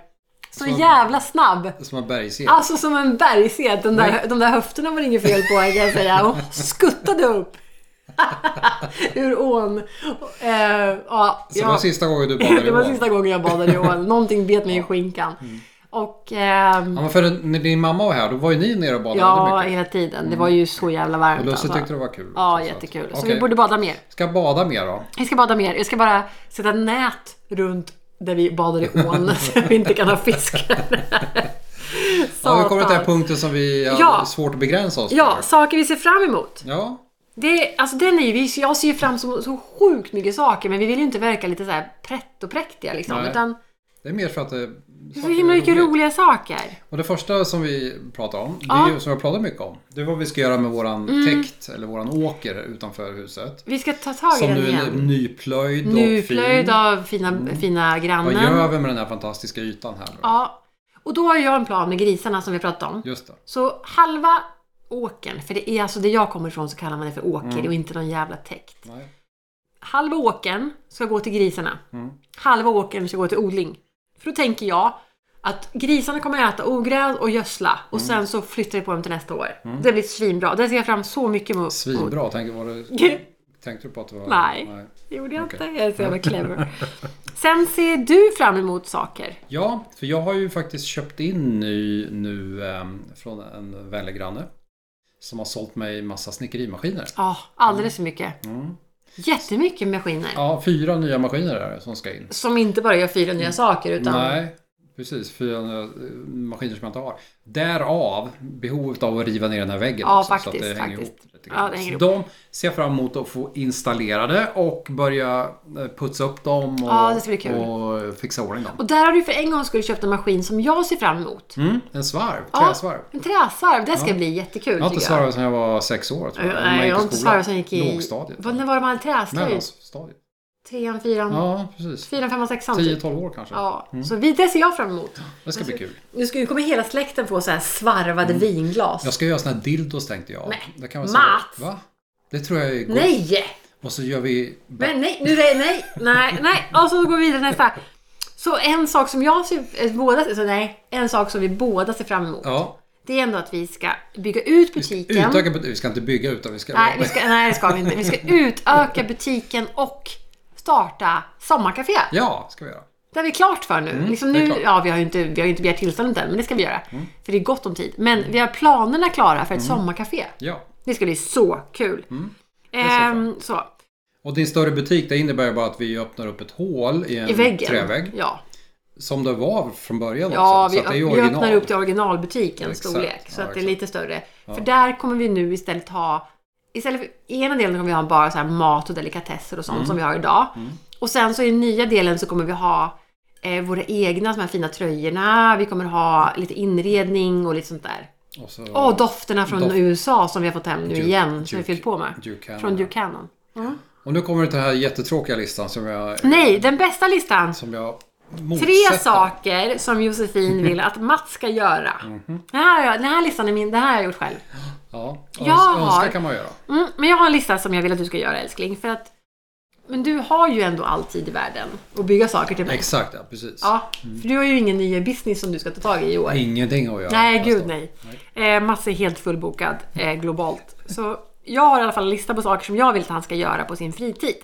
Speaker 2: så jävla snabb.
Speaker 1: Som en bergsel.
Speaker 2: Alltså som en bergset. Den där, de där höfterna var det inget fel på kan jag säga. Hon skuttade upp. Ur ån. Eh, ja,
Speaker 1: Så det
Speaker 2: ja.
Speaker 1: var sista gången du Mm. badade i
Speaker 2: det var
Speaker 1: ån.
Speaker 2: sista gången jag badade i ån. Någonting bet mig i skinkan. Och ehm,
Speaker 1: Ja, men för när din mamma var här, då var ju ni nere och badade
Speaker 2: ja,
Speaker 1: väldigt mycket. Mm.
Speaker 2: hela tiden. Det var ju så jävla varmt. alltså.
Speaker 1: Och Lusse tyckte det var kul.
Speaker 2: Ja,
Speaker 1: Så att-
Speaker 2: jättekul. Så
Speaker 1: Okej.
Speaker 2: vi borde bada mer.
Speaker 1: Ska bada mer då?
Speaker 2: Vi ska bada mer. Jag ska bara sätta nät runt där vi badar i ån så att vi inte kan ha fiskar.
Speaker 1: Ja, vi kommer till den
Speaker 2: Satan.
Speaker 1: här punkten som vi har
Speaker 2: Ja.
Speaker 1: svårt att begränsa oss
Speaker 2: Ja,
Speaker 1: för.
Speaker 2: saker vi ser fram emot.
Speaker 1: Ja.
Speaker 2: Det, alltså den är ju, vi- jag ser ju fram så, så sjukt mycket saker men vi vill ju inte verka lite så här prätt och präktiga liksom.
Speaker 1: Nej.
Speaker 2: Utan
Speaker 1: Det är mer för att det...
Speaker 2: det är så himla mycket roliga saker.
Speaker 1: Och det första som vi pratar om, det
Speaker 2: Ja. Mm.
Speaker 1: är ju som jag pratar mycket om. Det är vad vi ska göra med våran täkt, eller våran åker utanför huset.
Speaker 2: Vi ska ta tag i
Speaker 1: Som
Speaker 2: den
Speaker 1: nu är
Speaker 2: igen.
Speaker 1: nyplöjd och
Speaker 2: Nu
Speaker 1: fin. Mm.
Speaker 2: flöjd av fina, fina
Speaker 1: Vad gör
Speaker 2: grannen.
Speaker 1: vi med den här fantastiska ytan här nu?
Speaker 2: Mm. Ja. Och då har jag en plan med grisarna som vi pratade om.
Speaker 1: Just det.
Speaker 2: Så halva åkern, för det är alltså det jag kommer ifrån så kallar man det för åker
Speaker 1: Mm.
Speaker 2: och inte någon jävla täkt.
Speaker 1: Nej.
Speaker 2: Halva åkern ska gå till grisarna.
Speaker 1: Mm.
Speaker 2: Halva åkern ska gå till odling. För då tänker jag att grisarna kommer äta ogräs och gödsla och
Speaker 1: Mm.
Speaker 2: sen så flyttar vi på dem till nästa år. Det blir svinbra. Det ser jag fram så mycket emot.
Speaker 1: Svinbra. Tänk, var det,
Speaker 2: Gud.
Speaker 1: tänkte du på att det var...
Speaker 2: Nej. Det gjorde jag inte. Jag är så jävla clever. Sen ser du fram emot saker.
Speaker 1: Ja, för jag har ju faktiskt köpt in ny nu ehm, från en vänlig granne. Som har sålt mig massa snickerimaskiner.
Speaker 2: Ja, alldeles för mycket.
Speaker 1: Mm.
Speaker 2: Jättemycket maskiner.
Speaker 1: Ja, fyra nya maskiner är det som ska in.
Speaker 2: Som inte bara gör fyra nya saker utan...
Speaker 1: Mm. Nej, precis. Fyra nya eh, maskiner som jag inte har. Därav behovet av att riva ner den här väggen
Speaker 2: Ja,
Speaker 1: också,
Speaker 2: faktiskt,
Speaker 1: så att det hänger
Speaker 2: faktiskt.
Speaker 1: ihop. Lite grann.
Speaker 2: Ja, det hänger
Speaker 1: så de ser jag fram emot att få installerade och börja eh, putsa upp dem och,
Speaker 2: Ja, det ska bli kul.
Speaker 1: och fixa ordning dem.
Speaker 2: Och där har du för en gång skulle köpt en maskin som jag ser fram emot.
Speaker 1: Mm, en svarv, träsvarv.
Speaker 2: Ja, en träsvarv. Det ska bli jättekul
Speaker 1: Jag har inte
Speaker 2: tycker jag.
Speaker 1: svarvat sedan jag var sex år tror jag. När man
Speaker 2: Nej,
Speaker 1: gick i
Speaker 2: jag har inte
Speaker 1: skolan.
Speaker 2: svarvat sen jag gick i...
Speaker 1: Lågstadiet.
Speaker 2: Vad- Mm. När var det man hade träslöjd?
Speaker 1: Mellanstadiet.
Speaker 2: Trean, fyran,
Speaker 1: Ja, Mm. precis.
Speaker 2: fyran, femman, sexan typ.
Speaker 1: 10-12 år kanske.
Speaker 2: Ja, så vi, det ser jag fram emot.
Speaker 1: Det ska bli kul.
Speaker 2: Nu ska ju komma hela släkten få så här svarvade vinglas.
Speaker 1: Mm. Jag ska göra såna här dildos tänkte jag.
Speaker 2: Nej.
Speaker 1: Det kan man
Speaker 2: Mats!
Speaker 1: Va? Det tror jag är gott.
Speaker 2: Nej!
Speaker 1: Och så gör vi...
Speaker 2: Men nej, nu säger jag nej, nej, nej. Och så går vi vidare nästa. Så en sak som jag ser, eh, båda, så nej, en sak som vi båda ser fram emot.
Speaker 1: Ja.
Speaker 2: Det är ändå att vi ska bygga ut butiken.
Speaker 1: Utöka but- Vi ska inte bygga utan vi ska...
Speaker 2: Nej, vi ska, nej, det ska vi inte. Vi ska utöka butiken och starta sommarkafé.
Speaker 1: Ja, ska vi göra.
Speaker 2: Det är vi klart för nu. liksom
Speaker 1: Mm, det är klart.
Speaker 2: nu
Speaker 1: Mm.
Speaker 2: ja, vi har ju inte, vi har ju inte begärt tillståndet än, men det ska vi göra. För det är gott om tid. Men vi har planerna klara för ett sommarkafé.
Speaker 1: Ja.
Speaker 2: Det ska bli så kul.
Speaker 1: ser Mm. jag fram
Speaker 2: Ehm, så,
Speaker 1: Och din större butik, det innebär ju bara att vi öppnar upp ett hål i en
Speaker 2: I väggen.
Speaker 1: trävägg.
Speaker 2: Ja,
Speaker 1: Som det var från början
Speaker 2: ja
Speaker 1: också.
Speaker 2: vi,
Speaker 1: så att det är ju
Speaker 2: vi öppnar
Speaker 1: original.
Speaker 2: upp till originalbutikens
Speaker 1: Exakt.
Speaker 2: storlek. Så
Speaker 1: Ja,
Speaker 2: att det är
Speaker 1: exakt.
Speaker 2: lite större. För där kommer vi nu istället ha... Istället för, I ena delen kommer vi ha bara så här mat och delikatesser och sånt
Speaker 1: Mm.
Speaker 2: som vi har idag. Och sen så i den nya delen så kommer vi ha eh, våra egna de här fina tröjorna. Vi kommer ha lite inredning och lite sånt där.
Speaker 1: Och så...
Speaker 2: Åh, dofterna från
Speaker 1: Doft.
Speaker 2: USA som vi har fått hem nu
Speaker 1: Duke-
Speaker 2: igen. Som vi
Speaker 1: Duke-
Speaker 2: fyllt på med.
Speaker 1: Duke
Speaker 2: Från
Speaker 1: Cannon.
Speaker 2: Duke Cannon.
Speaker 1: Och nu kommer det till den här jättetråkiga listan som jag...
Speaker 2: Nej, den bästa listan.
Speaker 1: Som jag
Speaker 2: Tre
Speaker 1: motsätter.
Speaker 2: saker som Josefin vill att Mats ska göra.
Speaker 1: Mhm.
Speaker 2: Den, här, har jag- den här listan är min, den här har jag gjort själv.
Speaker 1: Ja.
Speaker 2: Jag
Speaker 1: ja.
Speaker 2: har-
Speaker 1: Önska kan man göra.
Speaker 2: Mm, men jag har en lista som jag vill att du ska göra älskling. För att, men du har ju ändå all tid i världen att bygga saker till mig.
Speaker 1: Exakt, ja precis.
Speaker 2: Ja,
Speaker 1: Mm.
Speaker 2: för du har ju ingen ny business som du ska ta tag i i år.
Speaker 1: Ingenting att göra. Alltså,
Speaker 2: Nej,
Speaker 1: nästa
Speaker 2: gud
Speaker 1: år.
Speaker 2: nej. Eh, Mats är helt fullbokad eh,
Speaker 1: Mm.
Speaker 2: globalt. Så jag har i alla fall en lista på saker som jag vill att han ska göra på sin fritid.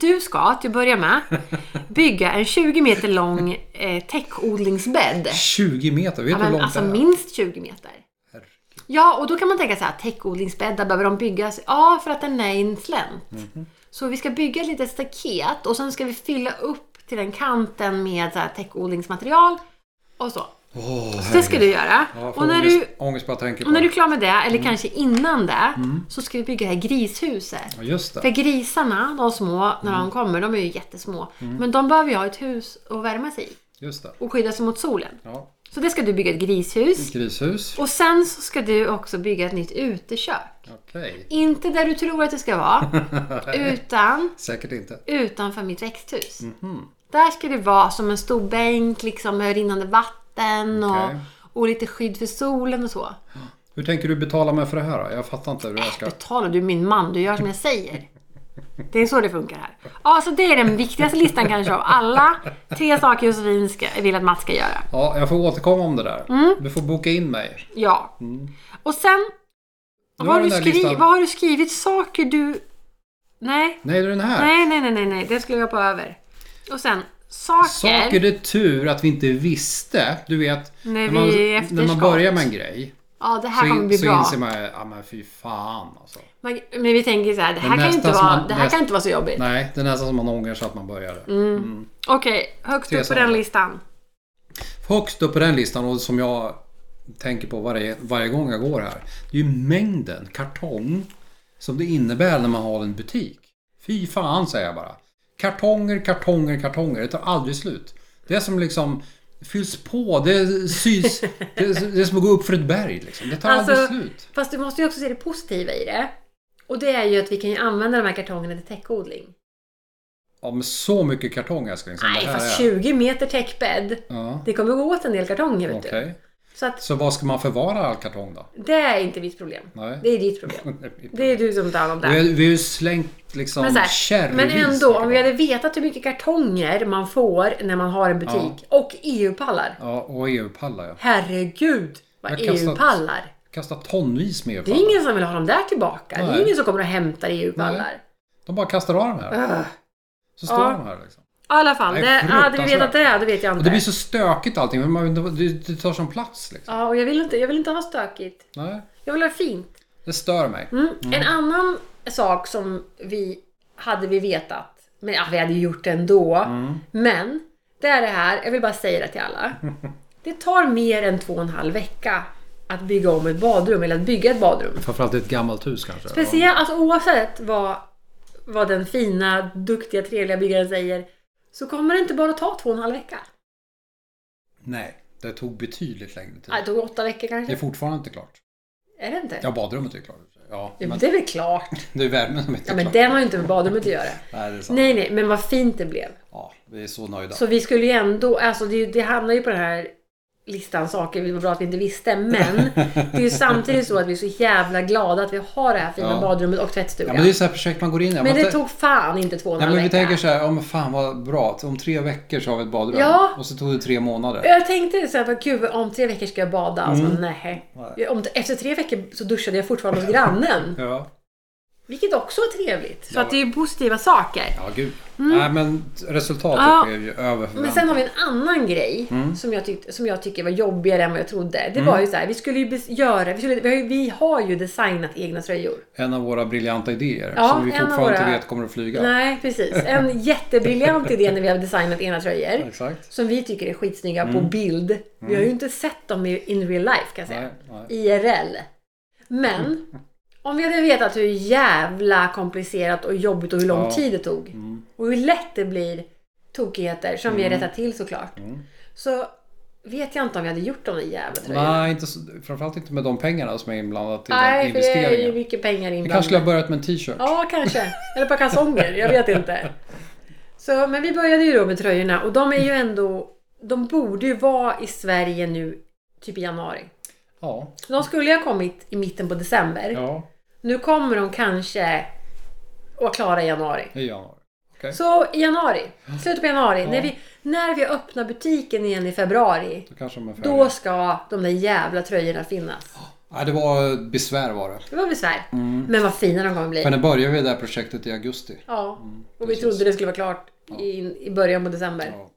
Speaker 2: Du ska, till att börja med, bygga en 20 meter lång eh, täckodlingsbädd.
Speaker 1: 20 meter, vet
Speaker 2: Ja,
Speaker 1: du hur
Speaker 2: men,
Speaker 1: långt
Speaker 2: alltså
Speaker 1: det är?
Speaker 2: minst 20 meter. Ja, och då kan man tänka så här, täckodlingsbäddar, behöver de byggas? Ja, för att den är i en slänt.
Speaker 1: Mhm.
Speaker 2: Så vi ska bygga ett litet staket och sen ska vi fylla upp till den kanten med så här täckodlingsmaterial och så.
Speaker 1: Åh,
Speaker 2: Så det ska du göra.
Speaker 1: Ja, jag får Mm.
Speaker 2: och när
Speaker 1: ångest,
Speaker 2: du,
Speaker 1: ångest bara jag tänker på
Speaker 2: och när du är
Speaker 1: det.
Speaker 2: klar med det, eller kanske innan det,
Speaker 1: Mm.
Speaker 2: så ska vi bygga det här grishuset.
Speaker 1: Ja, just
Speaker 2: För
Speaker 1: det.
Speaker 2: grisarna, de små, när
Speaker 1: Mm.
Speaker 2: de kommer, de är ju jättesmå. Men de behöver ju ha ett hus att värma sig i
Speaker 1: Just det.
Speaker 2: och skydda sig mot solen.
Speaker 1: Ja,
Speaker 2: Så det ska du bygga ett grishus.
Speaker 1: Mm. grishus.
Speaker 2: Och sen så ska du också bygga ett nytt utekök.
Speaker 1: Okej.
Speaker 2: Inte där du tror att det ska vara, utan
Speaker 1: Säkert inte.
Speaker 2: utanför mitt växthus.
Speaker 1: Mhm.
Speaker 2: Där ska det vara som en stor bänk liksom, med rinnande vatten och,
Speaker 1: Okej.
Speaker 2: och lite skydd för solen och så.
Speaker 1: Hur tänker du betala mig för det här då? Jag fattar inte hur jag ska...
Speaker 2: Betala, du är min man, du gör som jag säger. Det är så det funkar här. Ja, så det är den viktigaste listan kanske av alla tre saker Josefin ska, vill att Mats ska göra.
Speaker 1: Ja, jag får återkomma om det där.
Speaker 2: Mm.
Speaker 1: Du får boka in mig.
Speaker 2: Ja. Och sen,
Speaker 1: Mm. Nu har
Speaker 2: vad har,
Speaker 1: den
Speaker 2: du
Speaker 1: där
Speaker 2: skri-
Speaker 1: listan-
Speaker 2: vad har du skrivit? Saker du... Nej,
Speaker 1: Nej, det är den här.
Speaker 2: Nej, nej, nej, nej, nej. Det skulle jag hoppa över. Och sen, saker.
Speaker 1: Saker det är tur att vi inte visste. Du vet,
Speaker 2: När
Speaker 1: man,
Speaker 2: vi är
Speaker 1: när man
Speaker 2: efterskott.
Speaker 1: börjar med en grej
Speaker 2: Ja, det
Speaker 1: så,
Speaker 2: här kommer
Speaker 1: in,
Speaker 2: bli
Speaker 1: så
Speaker 2: bra.
Speaker 1: inser man ja men fy fan alltså.
Speaker 2: Man, men vi tänker så här, det här, kan, ju
Speaker 1: nästa
Speaker 2: inte
Speaker 1: som
Speaker 2: vara,
Speaker 1: man-
Speaker 2: det här
Speaker 1: nästa-
Speaker 2: kan inte vara så jobbigt.
Speaker 1: Nej, det är nästan som man ångrar sig att man började.
Speaker 2: Okej, högst
Speaker 1: Tre
Speaker 2: upp på
Speaker 1: sådana.
Speaker 2: den listan.
Speaker 1: Högst upp på den listan och som jag tänker på varje, varje gång jag går här. Det är ju mängden kartong som det innebär när man har en butik. Fy fan säger jag bara. Kartonger, kartonger, kartonger. Det tar aldrig slut. Det är som liksom fylls på. Det syns. det, är, det är som att gå upp för ett berg liksom. Det tar aldrig slut.
Speaker 2: Alltså, fast du måste ju också se det positiva i det. Och det är ju att vi kan ju använda de här kartongerna till täckodling.
Speaker 1: Ja men så mycket kartong älskling som
Speaker 2: Nej,
Speaker 1: det här
Speaker 2: fast
Speaker 1: är.
Speaker 2: 20 meter täckbädd.
Speaker 1: Ja,
Speaker 2: Det kommer gå åt en del kartonger, vet
Speaker 1: okej.
Speaker 2: du. Så att
Speaker 1: Så vad ska man förvara all kartong då?
Speaker 2: det är inte mitt problem.
Speaker 1: Nej.
Speaker 2: Det är ditt problem. Det är du som tar hand om det.
Speaker 1: Vi har vi har ju slängt liksom
Speaker 2: Men, så här,
Speaker 1: kärrvis
Speaker 2: men
Speaker 1: med
Speaker 2: ändå, om
Speaker 1: kartong.
Speaker 2: vi hade vetat hur mycket kartonger man får när man har en butik. Och EU-pallar.
Speaker 1: Ja, och EU-pallar ja.
Speaker 2: Herregud vad
Speaker 1: Jag kastar-
Speaker 2: EU-pallar.
Speaker 1: Kastar tonvis med
Speaker 2: Det
Speaker 1: EU-pallar.
Speaker 2: är ingen som vill ha dem där tillbaka. Det
Speaker 1: Nej.
Speaker 2: är ingen som kommer och hämtar EU-pallar.
Speaker 1: De bara kastar av dem här.
Speaker 2: Ugh.
Speaker 1: Så står
Speaker 2: Ja.
Speaker 1: de här liksom.
Speaker 2: I alla fall,
Speaker 1: Nej,
Speaker 2: det, hade vi vetat det, det vet jag
Speaker 1: Och
Speaker 2: inte.
Speaker 1: det blir så stökigt allting. men man- Det, det tar sån plats liksom.
Speaker 2: Ja, och jag vill inte, jag vill inte ha stökigt.
Speaker 1: Nej,
Speaker 2: Jag vill ha det fint.
Speaker 1: det stör mig.
Speaker 2: Mm. En annan sak som vi hade vi vetat, men ja, vi hade ju gjort det ändå.
Speaker 1: Mm.
Speaker 2: Men det är det här, jag vill bara säga det till alla. Det tar mer än två och en halv vecka att bygga om ett badrum eller att bygga ett badrum.
Speaker 1: Framförallt i ett gammalt hus kanske.
Speaker 2: Speciellt, alltså, oavsett vad, vad den fina, duktiga, trevliga byggaren säger så kommer det inte bara ta två och en halv vecka.
Speaker 1: Nej, det tog betydligt längre tid.
Speaker 2: Nej, Det tog åtta veckor
Speaker 1: Det är
Speaker 2: kanske.
Speaker 1: fortfarande inte klart.
Speaker 2: Är det inte?
Speaker 1: Ja, badrummet är klart. Ja,
Speaker 2: Ja,
Speaker 1: men
Speaker 2: det är väl klart.
Speaker 1: det är värmen som inte
Speaker 2: Ja,
Speaker 1: är
Speaker 2: men
Speaker 1: klar.
Speaker 2: den har ju inte med badrummet att göra.
Speaker 1: Nej, det är sant.
Speaker 2: Nej, nej, men vad fint det blev.
Speaker 1: Ja, vi är så nöjda.
Speaker 2: Så vi skulle ju ändå, alltså det, är ju- det hamnar ju på den här listan saker vi var bra att vi inte visste. Men det är ju samtidigt så att vi är så jävla glada att vi har det här fina
Speaker 1: Ja.
Speaker 2: badrummet och
Speaker 1: Ja,
Speaker 2: tvättstugan.
Speaker 1: men det
Speaker 2: men
Speaker 1: är
Speaker 2: det,
Speaker 1: så här projekt man går in i. Man tä-
Speaker 2: tog fan inte två och en
Speaker 1: Ja,
Speaker 2: halv
Speaker 1: men vi
Speaker 2: vecka.
Speaker 1: tänker så här, ja men fan vad bra. Om tre veckor så har vi ett badrum.
Speaker 2: Ja.
Speaker 1: Och så tog det tre månader.
Speaker 2: Jag tänkte så här, bara, gud om tre veckor ska jag bada. Alltså,
Speaker 1: Mm.
Speaker 2: nej.
Speaker 1: Nej.
Speaker 2: Om, efter tre veckor så duschade jag fortfarande hos grannen.
Speaker 1: Ja.
Speaker 2: Vilket också var trevligt. Så
Speaker 1: Ja.
Speaker 2: att det är ju positiva saker.
Speaker 1: Ja, gud. Nej, men resultatet
Speaker 2: Mm. Ja.
Speaker 1: är ju över förväntan.
Speaker 2: Men sen har vi en annan grej som, jag tyckte, som jag tycker var jobbigare än vad jag trodde. Det var ju så här, vi skulle ju bes- göra, vi, skulle, vi, har ju, vi har ju designat egna tröjor.
Speaker 1: En av våra briljanta idéer
Speaker 2: Ja,
Speaker 1: som vi
Speaker 2: en av
Speaker 1: fortfarande inte
Speaker 2: våra.
Speaker 1: vet kommer att flyga.
Speaker 2: Nej, precis. En jättebriljant idé när vi har designat egna tröjor.
Speaker 1: Exakt.
Speaker 2: Som vi tycker är skitsnygga på bild. Vi har ju inte sett dem i- in real life kan jag säga.
Speaker 1: Nej,
Speaker 2: IRL.
Speaker 1: Mm.
Speaker 2: Men om vi hade vetat hur jävla komplicerat och jobbigt och hur lång
Speaker 1: Ja. Mm.
Speaker 2: tid det tog. Och hur lätt det blir tokigheter som vi har rättat till såklart.
Speaker 1: Mm.
Speaker 2: Så vet jag inte om vi hade gjort de där jävla tröjorna.
Speaker 1: Nej, inte så, framförallt inte med de pengarna som är inblandat i den
Speaker 2: Nej, för det är ju
Speaker 1: investeringen.
Speaker 2: mycket pengar
Speaker 1: Vi kanske skulle
Speaker 2: inblandat.
Speaker 1: ha börjat med en t-shirt.
Speaker 2: Ja, kanske. Eller på kalsonger. Jag vet inte. Så, men vi började ju då med tröjorna och de är ju ändå... De borde ju vara i Sverige nu typ i januari.
Speaker 1: Ja.
Speaker 2: Så De skulle ju ha kommit i mitten på december.
Speaker 1: Ja,
Speaker 2: Nu kommer de kanske att klara i januari.
Speaker 1: i januari. Okej,
Speaker 2: Så i januari, slutet på januari, när, vi, när vi öppnar butiken igen i februari,
Speaker 1: då kanske de är färdiga.
Speaker 2: då ska de där jävla tröjorna finnas.
Speaker 1: Ja, det var besvär var det.
Speaker 2: Det var besvär. Men vad fina de kommer bli.
Speaker 1: Men det började vi det här projektet i augusti.
Speaker 2: Ja, och vi
Speaker 1: precis.
Speaker 2: trodde det skulle vara klart i, i början på december.
Speaker 1: Ja.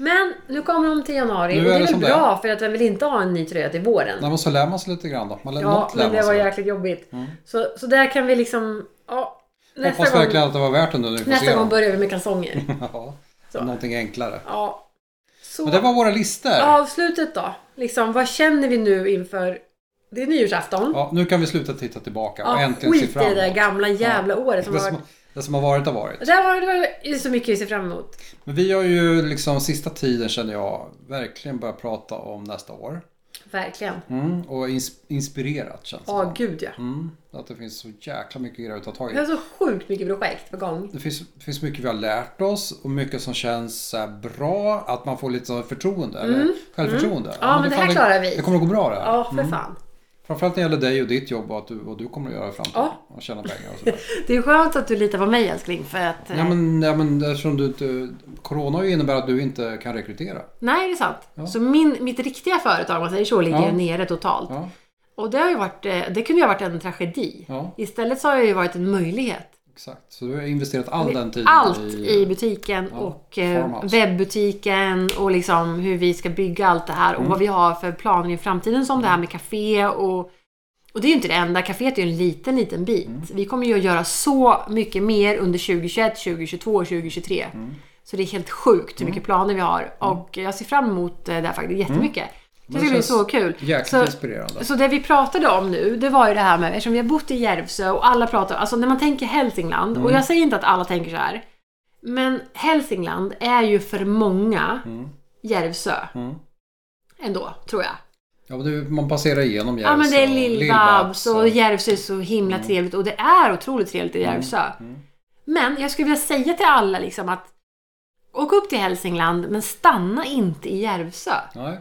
Speaker 2: Men nu kommer de till januari
Speaker 1: Nu
Speaker 2: och det
Speaker 1: är
Speaker 2: är
Speaker 1: det
Speaker 2: väl
Speaker 1: som det
Speaker 2: bra för att vem vill inte ha en ny tröja till våren?
Speaker 1: Nej, men så lär man sig lite grann då. Man lär,
Speaker 2: ja,
Speaker 1: något lär
Speaker 2: men det
Speaker 1: man
Speaker 2: var
Speaker 1: sig.
Speaker 2: jäkligt jobbigt. Så, så där kan vi liksom... Ja,
Speaker 1: Hoppas
Speaker 2: nästa gång,
Speaker 1: verkligen att det var värt det nu när vi får
Speaker 2: nästa
Speaker 1: se
Speaker 2: gång
Speaker 1: dem.
Speaker 2: börjar vi med kalsonger.
Speaker 1: Ja,
Speaker 2: Så.
Speaker 1: någonting enklare.
Speaker 2: Ja. Så
Speaker 1: Men det var våra listor.
Speaker 2: avslutet då. Liksom, vad känner vi nu inför... Det är nyårsafton.
Speaker 1: Ja, nu kan vi sluta titta tillbaka och
Speaker 2: Ja,
Speaker 1: äntligen se
Speaker 2: skit i
Speaker 1: framåt.
Speaker 2: det där gamla jävla året som
Speaker 1: det,
Speaker 2: har
Speaker 1: som,
Speaker 2: varit.
Speaker 1: det som har varit har varit.
Speaker 2: Det där var, det var ju så mycket vi ser fram emot.
Speaker 1: Men vi har ju liksom sista tiden känner jag verkligen börjat prata om nästa år.
Speaker 2: Verkligen.
Speaker 1: Mm, och ins- inspirerat känns det
Speaker 2: Ja,
Speaker 1: som.
Speaker 2: gud ja.
Speaker 1: mm, Att det finns så jäkla mycket grejer att ta tag
Speaker 2: Vi
Speaker 1: i.
Speaker 2: har så sjukt mycket projekt på gång.
Speaker 1: Det finns, det finns mycket vi har lärt oss och mycket som känns så här bra. Att man får lite så här förtroende, eller självförtroende.
Speaker 2: Mm. Ja, men det här
Speaker 1: fan,
Speaker 2: klarar vi.
Speaker 1: Det kommer att gå bra det här.
Speaker 2: Ja, för fan.
Speaker 1: Framförallt när det gäller dig och ditt jobb och att du, vad du kommer att göra i framtiden.
Speaker 2: Ja.
Speaker 1: Och tjäna pengar och sådär.
Speaker 2: Det är skönt att du litar på mig älskling för att... eh,
Speaker 1: ja, men, ja, men eftersom du inte... Corona innebär att du inte kan rekrytera.
Speaker 2: Nej, det är sant. Så min, mitt riktiga företag, om man säger så, ligger
Speaker 1: Ja.
Speaker 2: ju nere totalt.
Speaker 1: Ja,
Speaker 2: Och det, har ju varit, eh, det kunde ju ha varit en tragedi.
Speaker 1: ja
Speaker 2: Istället så har det ju varit en möjlighet.
Speaker 1: exakt. Så du har investerat all den tiden
Speaker 2: Allt
Speaker 1: i...
Speaker 2: i butiken och eh,
Speaker 1: farmhouse.
Speaker 2: webbutiken och liksom hur vi ska bygga allt det här och
Speaker 1: Mm.
Speaker 2: vad vi har för planer i framtiden som det här med café och och det är ju inte det enda, caféet är ju en liten, liten bit.
Speaker 1: Mm.
Speaker 2: Vi kommer ju att göra så mycket mer under 2021, 2022 och 2023.
Speaker 1: Mm.
Speaker 2: Så det är helt sjukt hur mycket planer vi har. Och jag ser fram emot eh, det här faktiskt jättemycket. Så
Speaker 1: Mm. det
Speaker 2: Det ska bli
Speaker 1: känns
Speaker 2: så kul.
Speaker 1: Jäkligt
Speaker 2: Så-
Speaker 1: inspirerande.
Speaker 2: så det vi pratade om nu, det var ju det här med, eftersom vi har bott i Järvsö och alla pratar, alltså när man tänker Hälsingland,
Speaker 1: Mm.
Speaker 2: och jag säger inte att alla tänker så här, men Hälsingland är ju för många
Speaker 1: Mm.
Speaker 2: Järvsö.
Speaker 1: Mm.
Speaker 2: Ändå, tror jag.
Speaker 1: Ja, men du, man passerar igenom Järvsö.
Speaker 2: ja men det är
Speaker 1: och
Speaker 2: Lill-Babs och
Speaker 1: och-
Speaker 2: Järvsö är så himla trevligt och det är otroligt trevligt i Järvsö.
Speaker 1: mm.
Speaker 2: Men jag skulle vilja säga till alla liksom att åk upp till Hälsingland men stanna inte i Järvsö.
Speaker 1: Nej.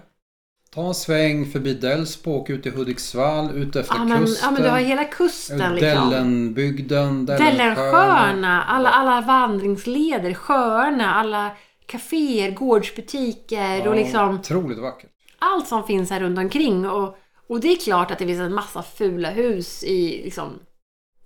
Speaker 1: Ta en sväng förbi Delsbo, åk ut till Hudiksvall, ut efter
Speaker 2: Ja men,
Speaker 1: kusten.
Speaker 2: ja men du har hela kusten liksom.
Speaker 1: Dellenbygden, Dellensjön.
Speaker 2: Dellensjöarna, alla, alla vandringsleder, sjöarna, alla kaféer, gårdsbutiker och liksom
Speaker 1: Otroligt vackert.
Speaker 2: allt som finns här runt omkring. Och, och det är klart att det finns en massa fula hus i liksom,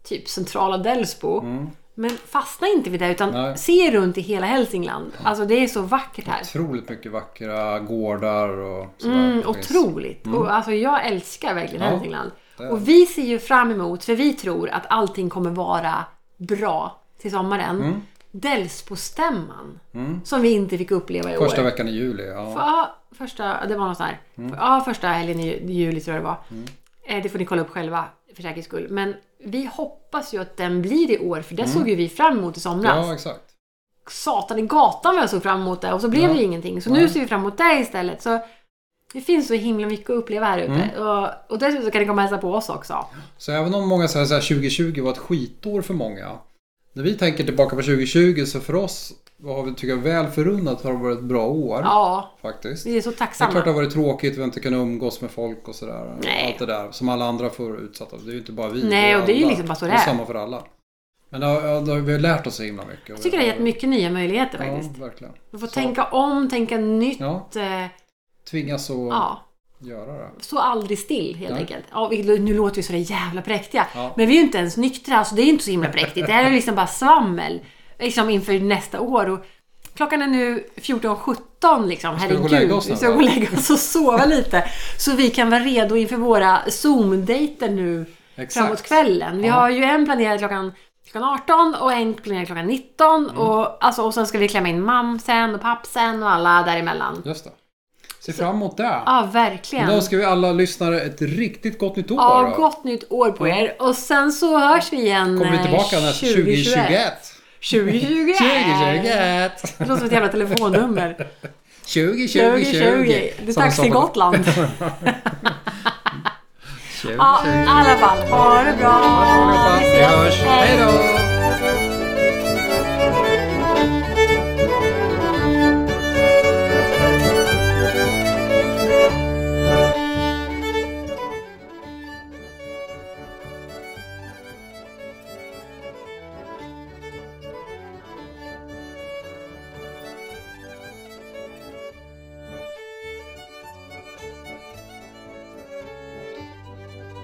Speaker 2: typ centrala Delsbo.
Speaker 1: Mm.
Speaker 2: Men fastna inte vid det utan
Speaker 1: Nej.
Speaker 2: se runt i hela Hälsingland. Alltså det är så vackert här.
Speaker 1: Otroligt mycket vackra gårdar och sådär.
Speaker 2: Mm,
Speaker 1: Det finns-
Speaker 2: otroligt! Och, alltså, jag älskar verkligen
Speaker 1: Ja,
Speaker 2: Hälsingland.
Speaker 1: det är det.
Speaker 2: Och vi ser ju fram emot, för vi tror att allting kommer vara bra till sommaren.
Speaker 1: Mm.
Speaker 2: Delsbostämman, som vi inte fick uppleva i
Speaker 1: Första
Speaker 2: år.
Speaker 1: veckan Mm. i juli, ja.
Speaker 2: Ja, första, det var något sånt här. Ja, första helgen i ju- juli tror jag det var.
Speaker 1: Mm.
Speaker 2: Eh, Det får ni kolla upp själva för säkerhets skull. Men vi hoppas ju att den blir i år, för det såg ju vi fram emot i somras
Speaker 1: Mm. Ja, exakt.
Speaker 2: satan i gatan vad jag såg fram emot det och så blev
Speaker 1: Ja.
Speaker 2: det ingenting. Så
Speaker 1: Ja.
Speaker 2: nu ser vi fram emot det istället. Så det finns så himla mycket att uppleva här ute.
Speaker 1: Mm.
Speaker 2: Och, och dessutom så kan ni komma och hälsa på oss också.
Speaker 1: Så även om många säger så här 2020 var ett skitår för många. När vi tänker tillbaka på 2020 så för oss vad har vi tycker jag väl förunnat har det varit ett bra år
Speaker 2: Ja,
Speaker 1: faktiskt.
Speaker 2: vi är så
Speaker 1: Det är
Speaker 2: tacksamma.
Speaker 1: klart det har varit tråkigt, vi har inte kunnat umgås med folk och sådär.
Speaker 2: Nej.
Speaker 1: Allt det där som alla andra får utsatta för. Det är ju inte bara vi.
Speaker 2: Nej, och det är ju
Speaker 1: alla.
Speaker 2: liksom bara så
Speaker 1: det
Speaker 2: det
Speaker 1: är.
Speaker 2: är.
Speaker 1: samma för alla. Men det har, ja, det har, vi har lärt oss så himla mycket.
Speaker 2: Jag tycker det har gett mycket nya möjligheter
Speaker 1: Ja,
Speaker 2: faktiskt.
Speaker 1: verkligen.
Speaker 2: Man får
Speaker 1: Så-
Speaker 2: tänka om, tänka nytt.
Speaker 1: Ja,
Speaker 2: eh,
Speaker 1: tvingas att
Speaker 2: Ja,
Speaker 1: göra det.
Speaker 2: stå aldrig still helt
Speaker 1: Nej.
Speaker 2: enkelt. Ja, vi, nu låter vi så där jävla präktiga.
Speaker 1: Ja.
Speaker 2: Men vi är ju inte ens nyktra, så det är inte så himla präktigt. Det här är liksom bara svammel. Liksom inför nästa år. Och klockan är nu 14.17 liksom.
Speaker 1: vi gå och lägga
Speaker 2: Herregud.
Speaker 1: oss nu,
Speaker 2: Vi ska gå och
Speaker 1: va?
Speaker 2: lägga oss och sova lite. Så vi kan vara redo inför våra Zoom-dejter nu
Speaker 1: Exakt.
Speaker 2: framåt kvällen. Vi har ju en planerad klockan klockan 18 och en planerad klockan 19
Speaker 1: Mm.
Speaker 2: och, alltså, och sen ska vi klämma in mamsen och pappsen och alla däremellan.
Speaker 1: Just det. Se fram emot det.
Speaker 2: Ja, verkligen.
Speaker 1: Då önskar vi alla lyssnare ett riktigt gott nytt år.
Speaker 2: Ja,
Speaker 1: då.
Speaker 2: gott nytt år på er. Och sen så hörs vi igen
Speaker 1: Kommer vi tillbaka
Speaker 2: eh,
Speaker 1: nästa 2021?
Speaker 2: 2021!
Speaker 1: 2021!
Speaker 2: Det låter som ett jävla telefonnummer.
Speaker 1: 2020!
Speaker 2: 2020! Det är dags till Gotland. Ja, i
Speaker 1: 2020!
Speaker 2: alla fall. Ha det bra!
Speaker 1: Vi hörs! Hej då!